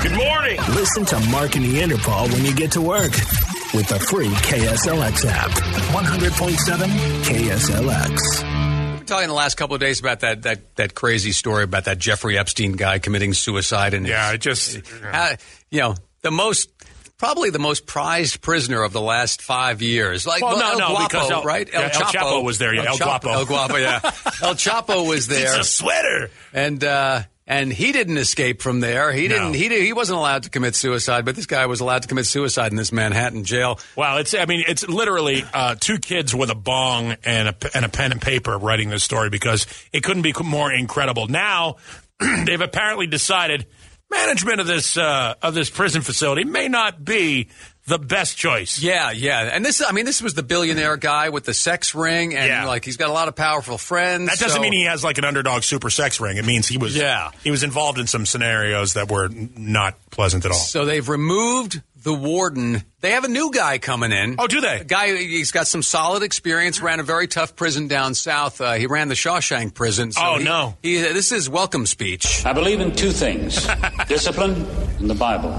Good morning. Listen to Mark and Neanderthal when you get to work with the free KSLX app. 100.7 KSLX. We're talking the last couple of days about that that that crazy story about that Jeffrey Epstein guy committing suicide and Yeah, it just. Uh, you know the most probably the most prized prisoner of the last five years. Like Well, no, El no, Guapo, because El- right? yeah, El Chapo was there, yeah, El Chap- Guapo. El Guapo, yeah. El Chapo It's was there, a sweater. and uh, and he didn't escape from there. He No. didn't. He did, he wasn't allowed to commit suicide, but this guy was allowed to commit suicide in this Manhattan jail. Wow, it's I mean it's literally uh, two kids with a bong and a and a pen and paper writing this story because it couldn't be more incredible. Now they've apparently decided management of this uh, of this prison facility may not be the best choice. Yeah, yeah. And this, I mean, this was the billionaire guy with the sex ring, and Yeah. like he's got a lot of powerful friends. That doesn't so- mean he has like an underdog super sex ring. It means he was Yeah. he was involved in some scenarios that were n- not pleasant at all. So they've removed the warden. They have a new guy coming in. Oh, do they? A guy, he's got some solid experience. Ran a very tough prison down south. Uh, he ran the Shawshank prison. So Oh, he- no. he- uh, this is welcome speech. I believe in two things discipline and the Bible.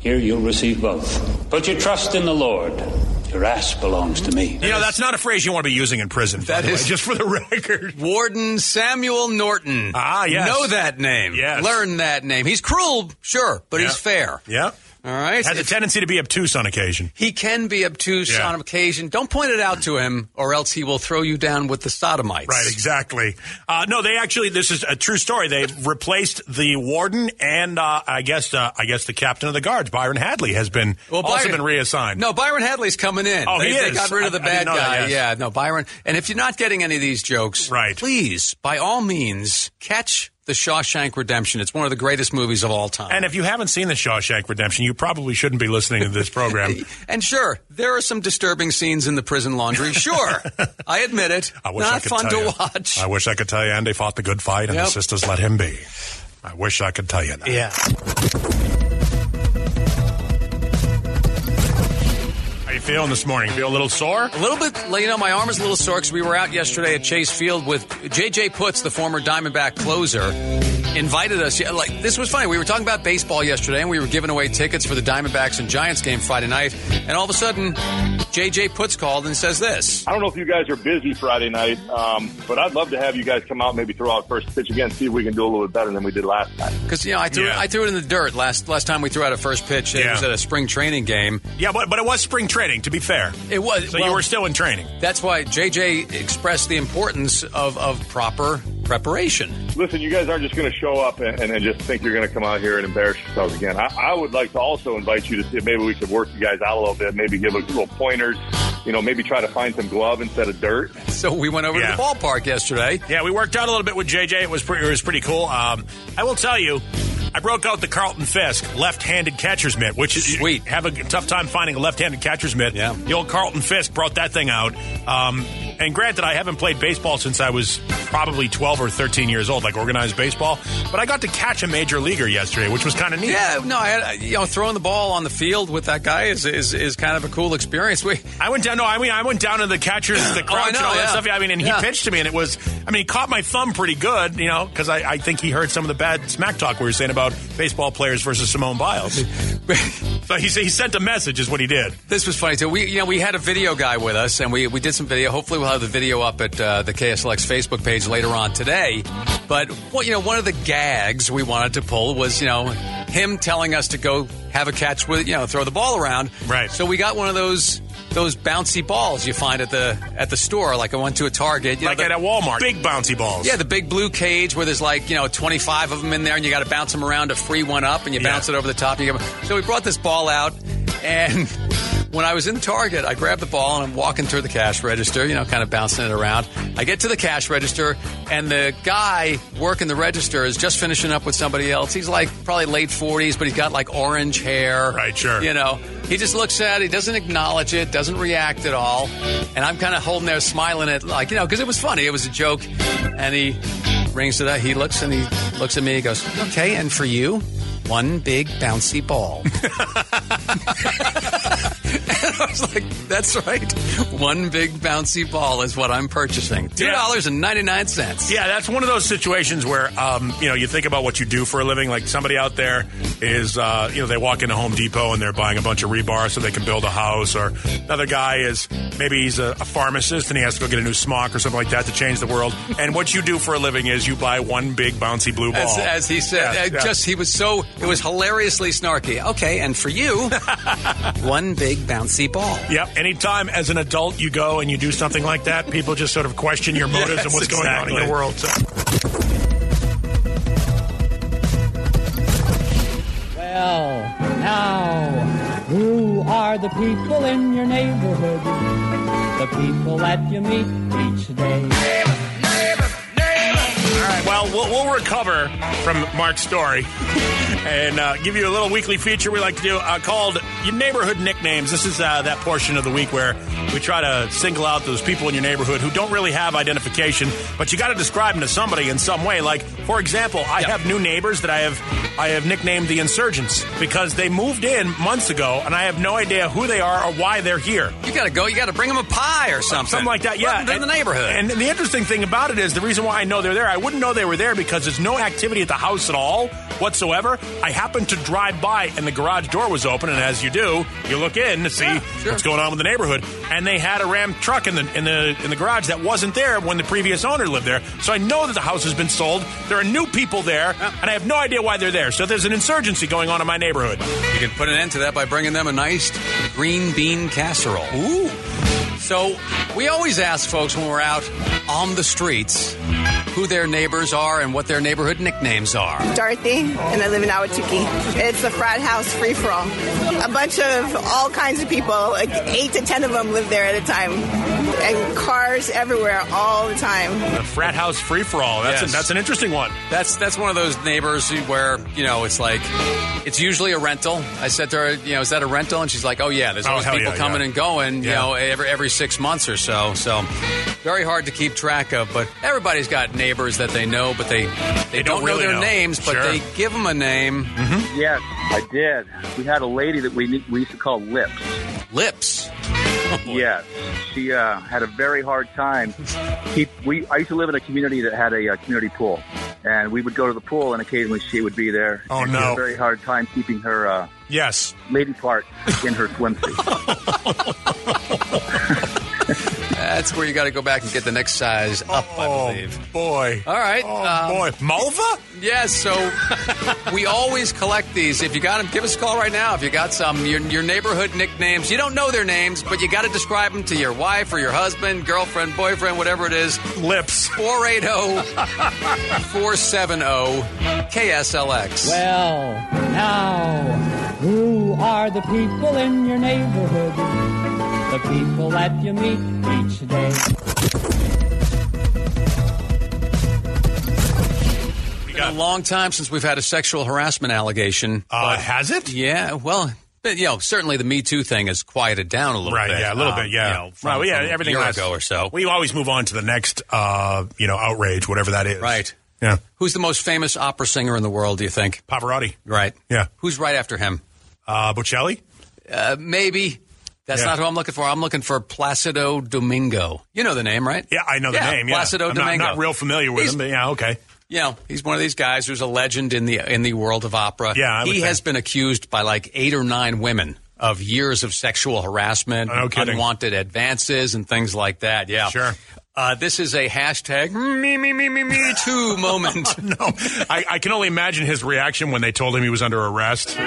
Here you'll receive both. Put your trust in the Lord. Your ass belongs to me. you know, that's not a phrase you want to be using in prison. by That the way, is- just for the record. Warden Samuel Norton. Ah, yes. Know that name. Yes. Learn that name. He's cruel, sure, but Yeah. he's fair. Yeah. All right. Has a If- tendency to be obtuse on occasion. he can be obtuse Yeah. on occasion. Don't point it out to him, or else he will throw you down with the sodomites. Right, exactly. Uh, no, they actually. This is a true story. They replaced the warden and uh, I guess uh, I guess the captain of the guards, Byron Hadley, has been also been reassigned. No, Byron Hadley's coming in. Oh, they, he they is. got rid of the I- I bad didn't know that, guy. yes. Yeah, no, Byron. And if you're not getting any of these jokes, Right. please, by all means, catch The Shawshank Redemption. It's one of the greatest movies of all time. And if you haven't seen the Shawshank Redemption, you probably shouldn't be listening to this program. And sure, there are some disturbing scenes in the prison laundry. Sure, I admit it. I wish not I could fun tell to you. watch. I wish I could tell you, and they fought the good fight, and Yep. the sisters let him be. I wish I could tell you that. yeah. How you feeling this morning? Feel a little sore? A little bit, you know, my arm is a little sore because we were out yesterday at Chase Field with J.J. Putz, the former Diamondback closer, invited us. Yeah, Like this was funny. We were talking about baseball yesterday, and we were giving away tickets for the Diamondbacks and Giants game Friday night. And all of a sudden, J.J. Putz called and says this. I don't know if you guys are busy Friday night, um, but I'd love to have you guys come out, maybe throw out first pitch again, see if we can do a little bit better than we did last time. Because you know, I threw Yeah. I threw it in the dirt last last time we threw out a first pitch. It Yeah. was at a spring training game. Yeah, but but it was spring training. To be fair, It was. so well, you were still in training. That's why J.J. expressed the importance of of proper preparation. Listen, you guys aren't just going to show up and, and, and just think you're going to come out here and embarrass yourselves again. I, I would like to also invite you to see if maybe we could work you guys out a little bit, maybe give a little pointers, you know, maybe try to find some glove instead of dirt. So we went over Yeah. to the ballpark yesterday. Yeah, we worked out a little bit with JJ. It was pretty, it was pretty cool. Um, I will tell you, I broke out the Carlton Fisk left-handed catcher's mitt, which is Sweet. Have a tough time finding a left-handed catcher's mitt. Yeah. the old Carlton Fisk brought that thing out. Um, and granted, I haven't played baseball since I was probably 12 or 13 years old, like organized baseball. But I got to catch a major leaguer yesterday, which was kind of neat. Yeah, no, I, I- you know, throwing the ball on the field with that guy is is, is kind of a cool experience. We, I went down. No, I mean I went down to the catchers, the crouch, Oh, know, and all that yeah. stuff. Yeah, I mean, and Yeah. he pitched to me, and it was. I mean, he caught my thumb pretty good, you know, because I, I think he heard some of the bad smack talk we were saying about baseball players versus Simone Biles. so he he sent a message, is what he did. this was funny too. We, you know, we had a video guy with us, and we we did some video. Hopefully, we'll have the video up at uh, the KSLX Facebook page later on today. But what you know, one of the gags we wanted to pull was you know him telling us to go have a catch with you know throw the ball around. Right. So we got one of those. Those bouncy balls you find at the at the store, like I went to a Target, you Like know, the- at a Walmart, big bouncy balls. Yeah, the big blue cage where there's like, you know, 25 of them in there and you got to bounce them around to free one up and you Yeah. bounce it over the top. You get- so we brought this ball out and when I was in Target, I grabbed the ball and I'm walking through the cash register, you know, kind of bouncing it around. I get to the cash register and the guy working the register is just finishing up with somebody else. He's like probably late 40s, but he's got like orange hair. Right, sure. You know, he just looks at it, he doesn't acknowledge it, doesn't react at all. And I'm kind of holding there smiling at, like, you know, because it was funny, it was a joke. And he rings it up, he looks and he looks at me, he goes, okay, and for you, one big bouncy ball. and I was like, that's right. One big bouncy ball is what I'm purchasing. $2.99. Yeah, that's one of those situations where um, you know you think about what you do for a living. Like somebody out there is uh, you know they walk into Home Depot and they're buying a bunch of rebar so they can build a house. Or another guy is maybe he's a, a pharmacist and he has to go get a new smock or something like that to change the world. And what you do for a living is you buy one big bouncy blue ball. As, as he said, Yeah, uh, yeah. just he was so it was hilariously snarky. Okay, and for you, one big bouncy ball. Yep. Anytime as an adult you go and you do something like that, people just sort of question your motives Yes, and what's going on exactly. in the world. So. Well, now, who are the people in your neighborhood? The people that you meet each day. All right. Well, we'll, we'll recover from Mark's story and uh, give you a little weekly feature we like to do uh, called Your Neighborhood Nicknames. This is uh, that portion of the week where we try to single out those people in your neighborhood who don't really have identification, but you got to describe them to somebody in some way. Like, for example, I Yeah. have new neighbors that I have I have nicknamed the Insurgents because they moved in months ago, and I have no idea who they are or why they're here. You gotta go. You gotta bring him a pie or something, Something like that, yeah. Welcome to And- the neighborhood. And the interesting thing about it is the reason why I know they're there, I wouldn't know they were there because there's no activity at the house at all whatsoever. I happened to drive by and the garage door was open, and as you do, you look in to see Yeah, sure. what's going on with the neighborhood. And they had a Ram truck in the in the in the garage that wasn't there when the previous owner lived there. So I know that the house has been sold. There are new people there, and I have no idea why they're there. So there's an insurgency going on in my neighborhood. you can put an end to that by bringing them a nice green bean casserole. Ooh. So we always ask folks when we're out on the streets who their neighbors are and what their neighborhood nicknames are. Dorothy, and I live in Awatuki. It's a frat house free for all. A bunch of all kinds of people, like eight to ten of them live there at a time, and cars everywhere all the time. The frat house free for all. That's Yes. a, that's an interesting one. That's that's one of those neighbors who- where you know it's like it's usually a rental. I said to her, you know, is that a rental? And she's like, oh yeah, there's Oh, always hell people yeah, coming yeah. and going, you Yeah. know, every every six months or so. So very hard to keep track of. But everybody's got neighbors that they know, but they they, don't don't, know really their know. names, but Sure. they give them a name. Yes, I did. We had a lady that we we used to call Lips. Lips. Yes, she uh, had a very hard time. Keep, we I used to live in a community that had a uh, community pool, and we would go to the pool, and occasionally she would be there. Oh, And she no. had a very hard time keeping her uh, Yes. lady part in her swimsuit. That's where you got to go back and get the next size up, I believe. Oh, boy. All right, Oh um, boy. Mulva? Yes, so we always collect these. If you got them, give us a call right now. If you got some, your, your neighborhood nicknames. You don't know their names, but you got to describe them to your wife or your husband, girlfriend, boyfriend, whatever it is. oh, Lips. 480 470 KSLX. Well, now, who are the people in your neighborhood? The people that you meet each day. It's been a long time since we've had a sexual harassment allegation. Uh, has it? Yeah, well. But, you know, certainly the Me Too thing has quieted down a little Right, bit. yeah, a little um, bit, yeah. you know, from, Right, well, yeah, from everything a year lasts- ago or so. We always move on to the next, uh, you know, outrage, whatever that is. Right. Yeah. Who's the most famous opera singer in the world, do you think? Pavarotti. Right. Yeah. Who's right after him? Uh, Bocelli. Uh, maybe. That's Yeah. not who I'm looking for. I'm looking for Placido Domingo. You know the name, right? Yeah, I know the Yeah, name. Yeah. Placido I'm not, Domingo. not real familiar with He's- him, but yeah, okay. You know, he's one of these guys who's a legend in the in the world of opera. Yeah, I would he think. has been accused by like eight or nine women of years of sexual harassment, No kidding. unwanted advances, and things like that. Yeah, Sure. Uh, this is a hashtag me me me me me too moment. No, I, I can only imagine his reaction when they told him he was under arrest.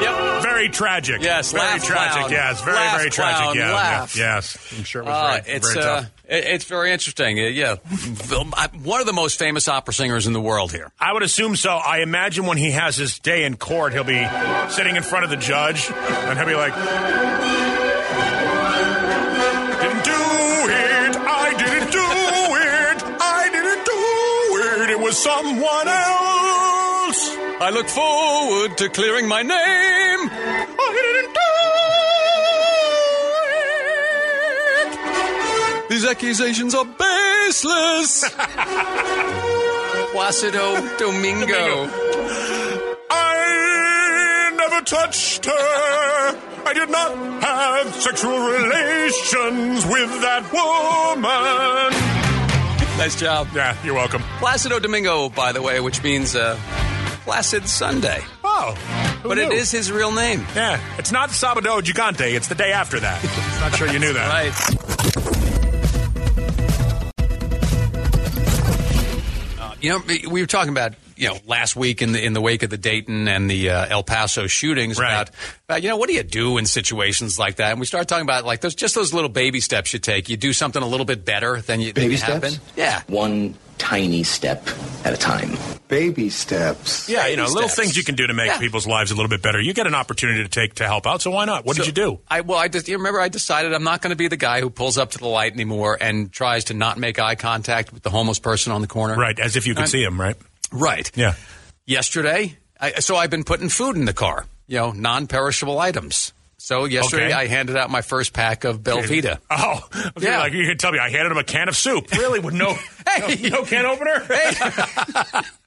Yep. Very tragic. Yes, very laugh tragic. clown. Yes, very Laugh very tragic. clown, yeah, laugh. yeah, yes. I'm sure it was Uh, very, it's very uh, tough. it- it's very interesting. Uh, yeah, one of the most famous opera singers in the world here. I would assume so. I imagine when he has his day in court, he'll be sitting in front of the judge and he'll be like, Didn't do it. I didn't do it. I didn't do it. It was someone else. I look forward to clearing my name. I didn't do it. These accusations are baseless. Placido Domingo. I never touched her. I did not have sexual relations with that woman. Nice job. Yeah, you're welcome. Placido Domingo, by the way, which means uh, Placid Sunday. Oh, who But it knew? is his real name. Yeah, it's not Sabado Gigante. It's the day after that. Not sure you knew that. Right. Uh, You know, we were talking about you know last week in the in the wake of the Dayton and the uh, El Paso shootings Right. about, about you know what do you do in situations like that? And we started talking about like those just those little baby steps you take. You do something a little bit better than you Baby than you steps? happen. Yeah, One tiny step at a time. Baby steps. Yeah, you know, Baby little steps. things you can do to make Yeah. people's lives a little bit better. You get an opportunity to take to help out, so why not? What did you do? I well, I just you remember I decided I'm not going to be the guy who pulls up to the light anymore and tries to not make eye contact with the homeless person on the corner. Right, as if you could I'm- see him, right? Right. Yeah. Yesterday, I, so I've been putting food in the car. You know, non-perishable items. So yesterday, Okay. I handed out my first pack of Belvita. Oh, yeah. Yeah. Like you could tell me, I handed him a can of soup. Really, with no, Hey. no, no can opener. when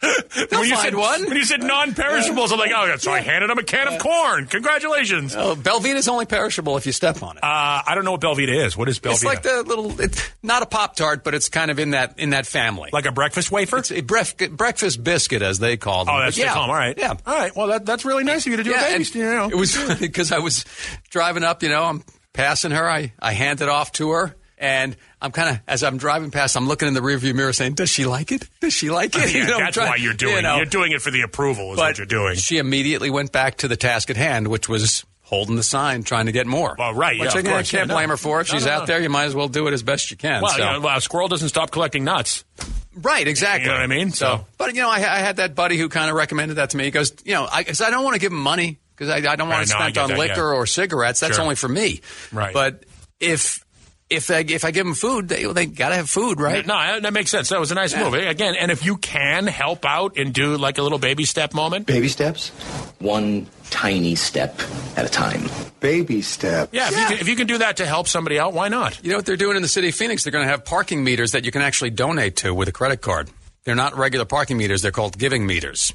you find said one. when you said non-perishables, I'm like, oh, so I handed him a can of corn. Congratulations. Uh, Oh, Belvita's only perishable if you step on it. I don't know what Belvita is. What is Belvita? it's like the little. It's not a pop tart, but it's kind of in that in that family. Like a breakfast wafer. it's a bref- breakfast biscuit, as they call them. oh, But that's yeah. yeah. All right. Yeah. All right. Well, that, that's really nice of you to do Yeah, a baby. and you know. It was because I was driving up, you know, I'm passing her. I, I hand it off to her. And I'm kind of, as I'm driving past, I'm looking in the rearview mirror saying, does she like it? Does she like it? yeah, You know, I'm that's trying- why you're doing. you know, it. You're doing it for the approval, is but what you're doing. She immediately went back to the task at hand, which was holding the sign, trying to get more. Well, right, Which yeah, I of can't- course, can't yeah, no. blame her for. If No, she's no, out no. there, you might as well do it as best you can. well, so. you know, well, a squirrel doesn't stop collecting nuts. Right, exactly. You know what I mean? So, So- but you know, I, I had that buddy who kind of recommended that to me. He goes, you know, I, 'cause I don't want to give him money because I, I don't want Right, to no, I spend get on that, liquor yeah. or cigarettes. That's Sure. only for me. Right. But if if I, if I give him food, they they gotta have food, right? No, that- that makes sense. That was a nice move. Again, and if you can help out and do like a little baby step moment, Baby steps? One tiny step at a time. Baby steps. yeah, if, You can, if you can do that to help somebody out, why not? You know what they're doing in the city of Phoenix? They're going to have parking meters that you can actually donate to with a credit card. They're not regular parking meters; they're called giving meters.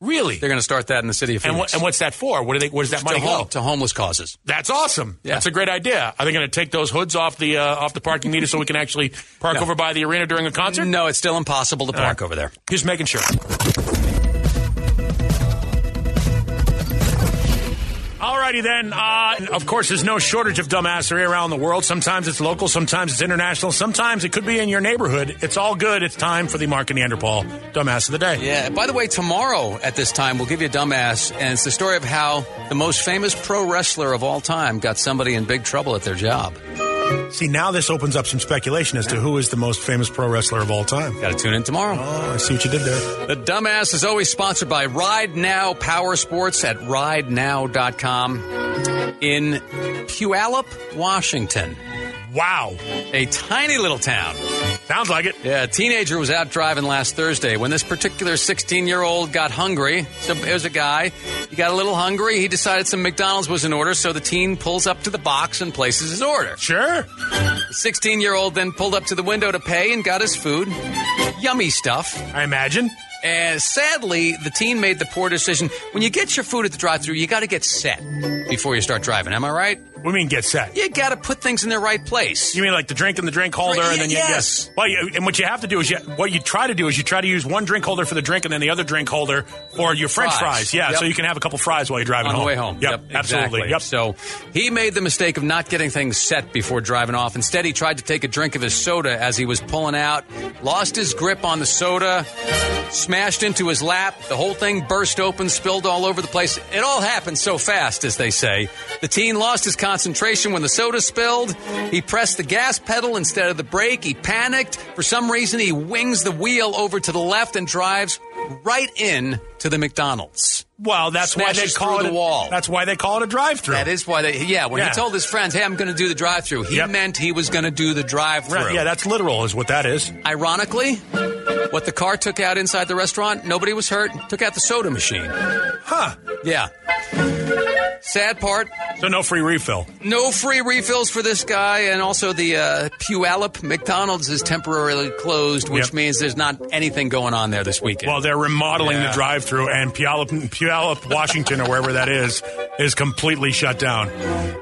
Really? They're going to start that in the city of Phoenix. And what and what's that for? What do they? Where's that to, money home- go? to homeless causes. That's awesome. Yeah. That's a great idea. Are they going to take those hoods off the uh, off the parking meter so we can actually park over by the arena during a concert? No, it's still impossible to park over there. Just making sure. Alrighty then. Uh, and of course, there's no shortage of dumbassery around the world. Sometimes it's local, sometimes it's international, sometimes it could be in your neighborhood. It's all good. It's time for the Mark and Neanderthal Dumbass of the Day. Yeah. By the way, tomorrow at this time, we'll give you a dumbass, and it's the story of how the most famous pro wrestler of all time got somebody in big trouble at their job. See, now this opens up some speculation as to who is the most famous pro wrestler of all time. Got to tune in tomorrow. Oh, I see what you did there. The dumbass is always sponsored by Ride Now Power Sports at ridenow.com in Puyallup, Washington, Wow. a tiny little town. Sounds like it. Yeah, a teenager was out driving last Thursday when this particular 16 year old got hungry. So it was a guy. He got a little hungry. He decided some McDonald's was in order, so the teen pulls up to the box and places his order. Sure. The 16 year old then pulled up to the window to pay and got his food. Yummy stuff. I imagine. And sadly, the teen made the poor decision. When you get your food at the drive thru, you got to get set before you start driving. Am I right? We mean get set. You got to put things in their right place. You mean like the drink in the drink holder, Drink- and then you yes. Well, you, and what you have to do is you, what you try to do is you try to use one drink holder for the drink, and then the other drink holder for your French Fries. fries. Yeah, Yep. so you can have a couple fries while you're driving on home. the way home. Yep, absolutely. exactly. Yep. So he made the mistake of not getting things set before driving off. Instead, he tried to take a drink of his soda as he was pulling out, lost his grip on the soda, smashed into his lap. The whole thing burst open, spilled all over the place. It all happened so fast, as they say. The teen lost his concentration when the soda spilled. He pressed the gas pedal instead of the brake. He panicked. For some reason, he wings the wheel over to the left and drives right in to the McDonald's. well, that's why they Smashes call through it the wall. That's why they call it a drive-through. That is why they, yeah, when Oh. Yeah. he told his friends, hey, I'm going to do the drive through, he Yep. meant he was going to do the drive through. Right, yeah, that's literal, is what that is. Ironically, what the car took out inside the restaurant, nobody was hurt, took out the soda machine. Huh? Yeah. Sad part. So no free refill. No free refills for this guy, and also the uh, Puyallup McDonald's is temporarily closed, which Yep. means there's not anything going on there this weekend. Well, they're remodeling Yeah. the drive-through, and Puyallup, Puyallup, Washington, or wherever that is, is completely shut down.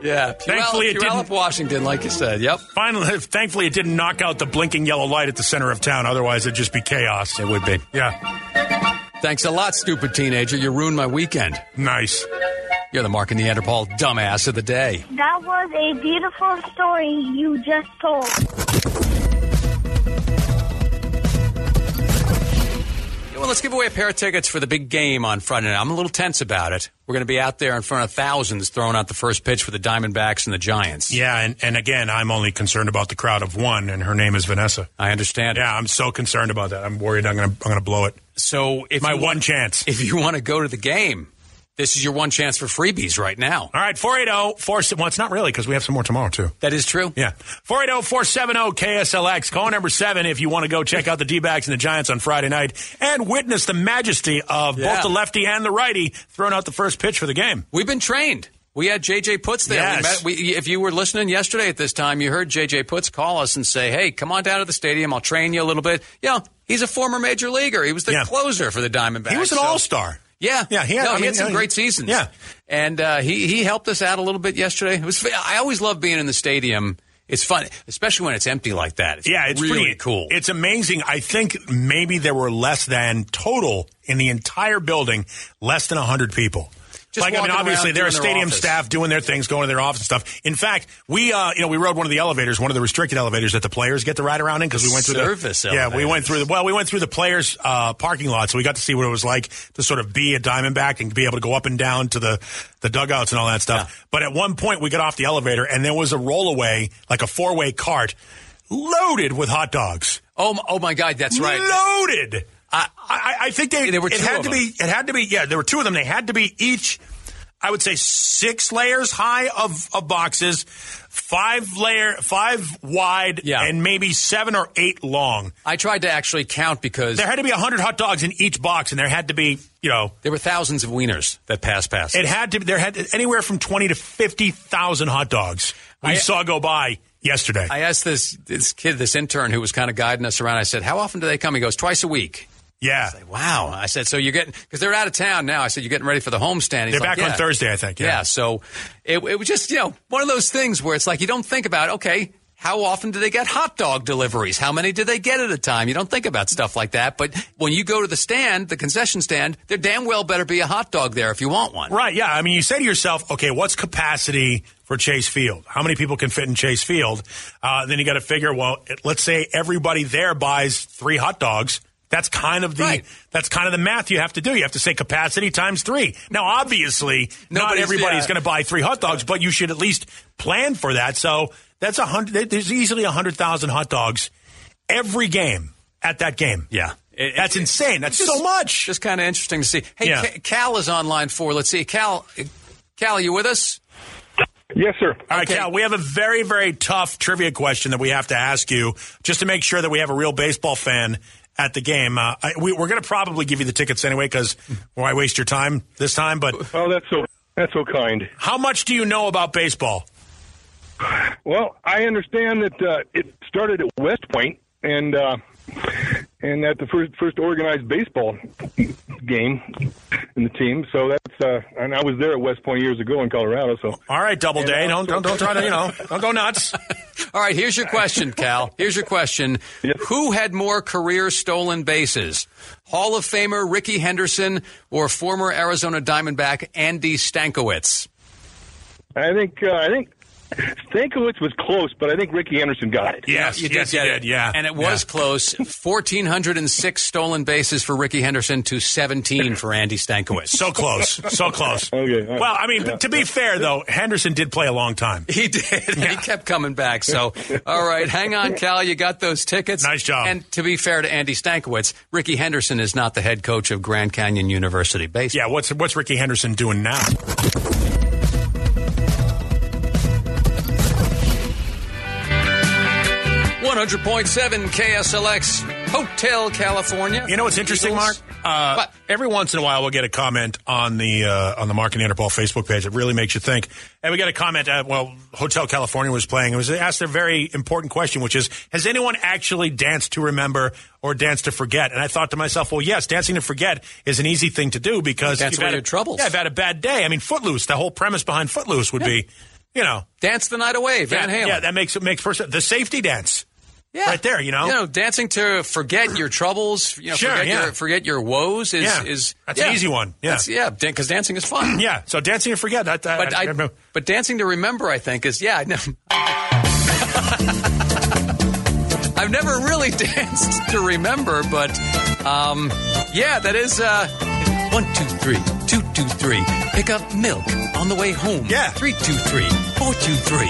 yeah, Puyallup, Thankfully it Puyallup, didn't- Washington, like you said. Yep, Finally, thankfully, it didn't knock out the blinking yellow light at the center of town. Otherwise, it'd just be chaos. it would be. Yeah, Thanks a lot, stupid teenager. You ruined my weekend. nice. You're the Mark and Neanderthal dumbass of the day. That was a beautiful story you just told. Yeah, Well, let's give away a pair of tickets for the big game on Friday night. I'm a little tense about it. We're going to be out there in front of thousands throwing out the first pitch for the Diamondbacks and the Giants. Yeah, and, and again, I'm only concerned about the crowd of one, and her name is Vanessa. I understand. Yeah, I'm so concerned about that. I'm worried I'm gonna I'm gonna blow it. So if My you one want, chance. if you want to go to the game, this is your one chance for freebies right now. All right, 480 470. Well, it's not really because we have some more tomorrow, too. That is true. Yeah. oh, 480 470 KSLX. Call number seven if you want to go check out the D backs and the Giants on Friday night and witness the majesty of Yeah. both the lefty and the righty throwing out the first pitch for the game. We've been trained. We had JJ Putz there. Yes. We met, we, if you were listening yesterday at this time, you heard JJ Putz call us and say, "Hey, come on down to the stadium. I'll train you a little bit." You know, he's a former major leaguer. He was the Yeah. closer for the Diamondbacks. He was an so- all star. Yeah, Yeah, he had- no, I he mean, had some yeah, great seasons. yeah. and uh, he he helped us out a little bit yesterday. It was I always love being in the stadium. It's fun, especially when it's empty like that. It's Yeah, it's really pretty cool. It's amazing. I think maybe there were less than total in the entire building, less than hundred people. Just like I mean, walking obviously around there are doing their stadium office. staff doing their things, going to their office and stuff. In fact, we uh, you know we rode one of the elevators, one of the restricted elevators that the players get to ride around in because we went through Service the yeah we went elevators. through the well we went through the players uh, parking lot, so we got to see what it was like to sort of be a Diamondback and be able to go up and down to the the dugouts and all that stuff. But at one point, we got off the elevator and there was a rollaway, like a four way cart, loaded with hot dogs. oh, my- oh my God, that's right. Loaded. I, I, I think they. There were it two had of to them. be. It had to be. Yeah, there were two of them. They had to be each. I would say six layers high of, of boxes, five layer, five wide, Yeah. and maybe seven or eight long. I tried to actually count because There had to be hundred hot dogs in each box, and there had to be, you know, there were thousands of wieners that passed past. it had to. There had to, anywhere from twenty to fifty thousand hot dogs we I- saw go by yesterday. I asked this this kid, this intern who was kind of guiding us around. I said, "How often do they come?" He goes, "Twice a week." yeah, Wow. I said, "So you're getting because they're out of town now." I said, "You're getting ready for the homestand." He's they're back like, on "Yeah." Thursday, I think. Yeah. so it, it was just you know one of those things where it's like you don't think about okay. How often do they get hot dog deliveries? How many do they get at a time? You don't think about stuff like that. But when you go to the stand, the concession stand, there damn well better be a hot dog there if you want one. Right, yeah. I mean, you say to yourself, okay, what's capacity for Chase Field? How many people can fit in Chase Field? Uh, then you got to figure, well, it- let's say everybody there buys three hot dogs. That's kind of the Right. that's kind of the math you have to do. You have to say capacity times three. Now, obviously, not Nobody's- everybody's yeah. going to buy three hot dogs, but you should at least plan for that. So that's a hundred. There's easily a hundred thousand hot dogs every game at that game. Yeah. It- that's it- insane. That's just- so much. Just kind of interesting to see. Hey, Yeah. Ca- Cal is on line four. Let's see. Cal, Cal, are you with us? Yes, sir. All right, Okay. Cal, we have a very, very tough trivia question that we have to ask you just to make sure that we have a real baseball fan at the game. Uh, I, we, we're going to probably give you the tickets anyway because why waste your time this time? But Oh, that's so that's so kind. how much do you know about baseball? Well, I understand that uh, it started at West Point, and uh, and that the first first organized baseball game in the team. So that's uh, and I was there at West Point years ago in Colorado. So All right, Double Day, don't, don't don't try to you know don't go nuts. All right, here's your question, Cal. Here's your question. Who had more career stolen bases? Hall of Famer Ricky Henderson or former Arizona Diamondback Andy Stankiewicz? I think uh, I think Stankiewicz was close, but I think Ricky Anderson got it. Yes, yes, you get did. it. Yeah, And it was close. 1,406 stolen bases for Ricky Henderson to 17 for Andy Stankiewicz. so close, so close. Okay, all right. Well, I mean, to be fair though, Henderson did play a long time. He did. and He kept coming back. So, all right, hang on, Cal. You got those tickets. Nice job. And to be fair to Andy Stankiewicz, Ricky Henderson is not the head coach of Grand Canyon University baseball. Yeah, what's what's Ricky Henderson doing now? One hundred point seven KSLX. Hotel California. You know what's interesting, Mark? Uh, Every once in a while, we'll get a comment on the uh, on the Mark and Interpol Facebook page. It really makes you think. And we got a comment. Uh, well, Hotel California was playing. It was asked a very important question, which is: Has anyone actually danced to remember or danced to forget? And I thought to myself, well, yes, dancing to forget is an easy thing to do because Dance you've away had a- your troubles. Yeah, I've had a bad day. I mean, Footloose. The whole premise behind Footloose would be, you know, Dance the Night Away, Van yeah, Halen. yeah, that makes it makes person the safety dance. Yeah. right there. You know, You know, dancing to forget your troubles, you know, Sure, forget, yeah. your, forget your woes is Yeah. is That's an easy one. Yeah. That's- yeah, because dancing is fun. yeah. So dancing to forget. That, that- but I- I, but dancing to remember, I think, is yeah. I know. I've never really danced to remember, but um, yeah, that is uh, one, two, three, two, two, three. Pick up milk on the way home. Yeah. three, two, three, four, two, three.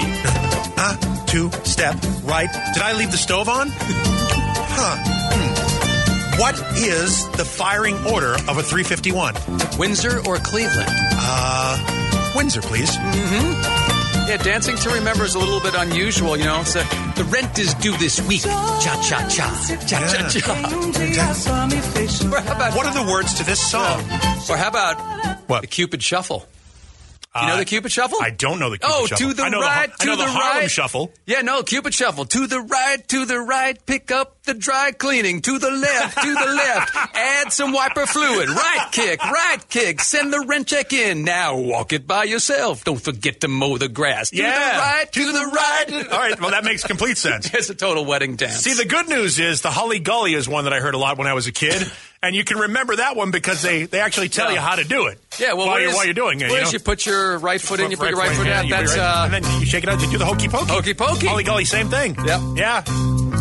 Uh, two, step, right. Did I leave the stove on? huh. Hmm. What is the firing order of a 351? Windsor or Cleveland? Uh, Windsor, please. Yeah, dancing to remember is a little bit unusual. You know, it's a, the rent is due this week. Cha cha cha, cha cha cha. Or how about What are the words to this song? Or how about What? the Cupid Shuffle? You know Uh, the Cupid Shuffle? I don't know the Cupid oh, Shuffle. to the I know the right, Har- I to know the the, Harlem right. Shuffle. Yeah, no, Cupid Shuffle. To the right, to the right, pick up the dry cleaning. To the left, to the left, add some wiper fluid. Right kick, right kick, send the rent check in. Now walk it by yourself. Don't forget to mow the grass. To Yeah. the right, to, the right. All right, well, that makes complete sense. It's a total wedding dance. See, the good news is the Holly Gully is one that I heard a lot when I was a kid, and you can remember that one because they, they actually tell Yeah. you how to do it. yeah, well, while, where you're, is- while you're doing it, where you, is know? you put your right foot in, you put your right foot in, out. you put That's your uh, right- and then you shake it out. You do the hokey pokey. Hokey pokey. Holly Gully, same thing. Yep. Yeah.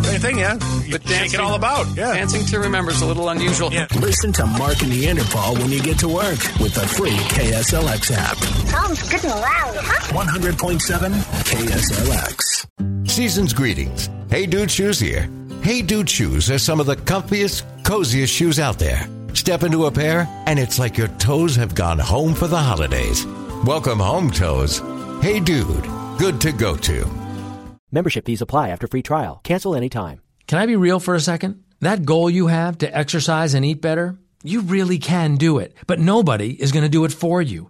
Same thing. Yeah. You But shake it all about. Yeah. Dancing to remember is a little unusual. Yeah. Listen to Mark and Neanderthal when you get to work with the free KSLX app. Sounds good and loud, huh? 100.7 KSLX. Season's greetings. Hey Dude Shoes here. Hey Dude Shoes are some of the comfiest, coziest shoes out there. Step into a pair, and it's like your toes have gone home for the holidays. Welcome home, toes. Hey Dude, good to go to. Membership fees apply after free trial. Cancel anytime. Can I be real for a second? That goal you have to exercise and eat better, you really can do it, but nobody is going to do it for you.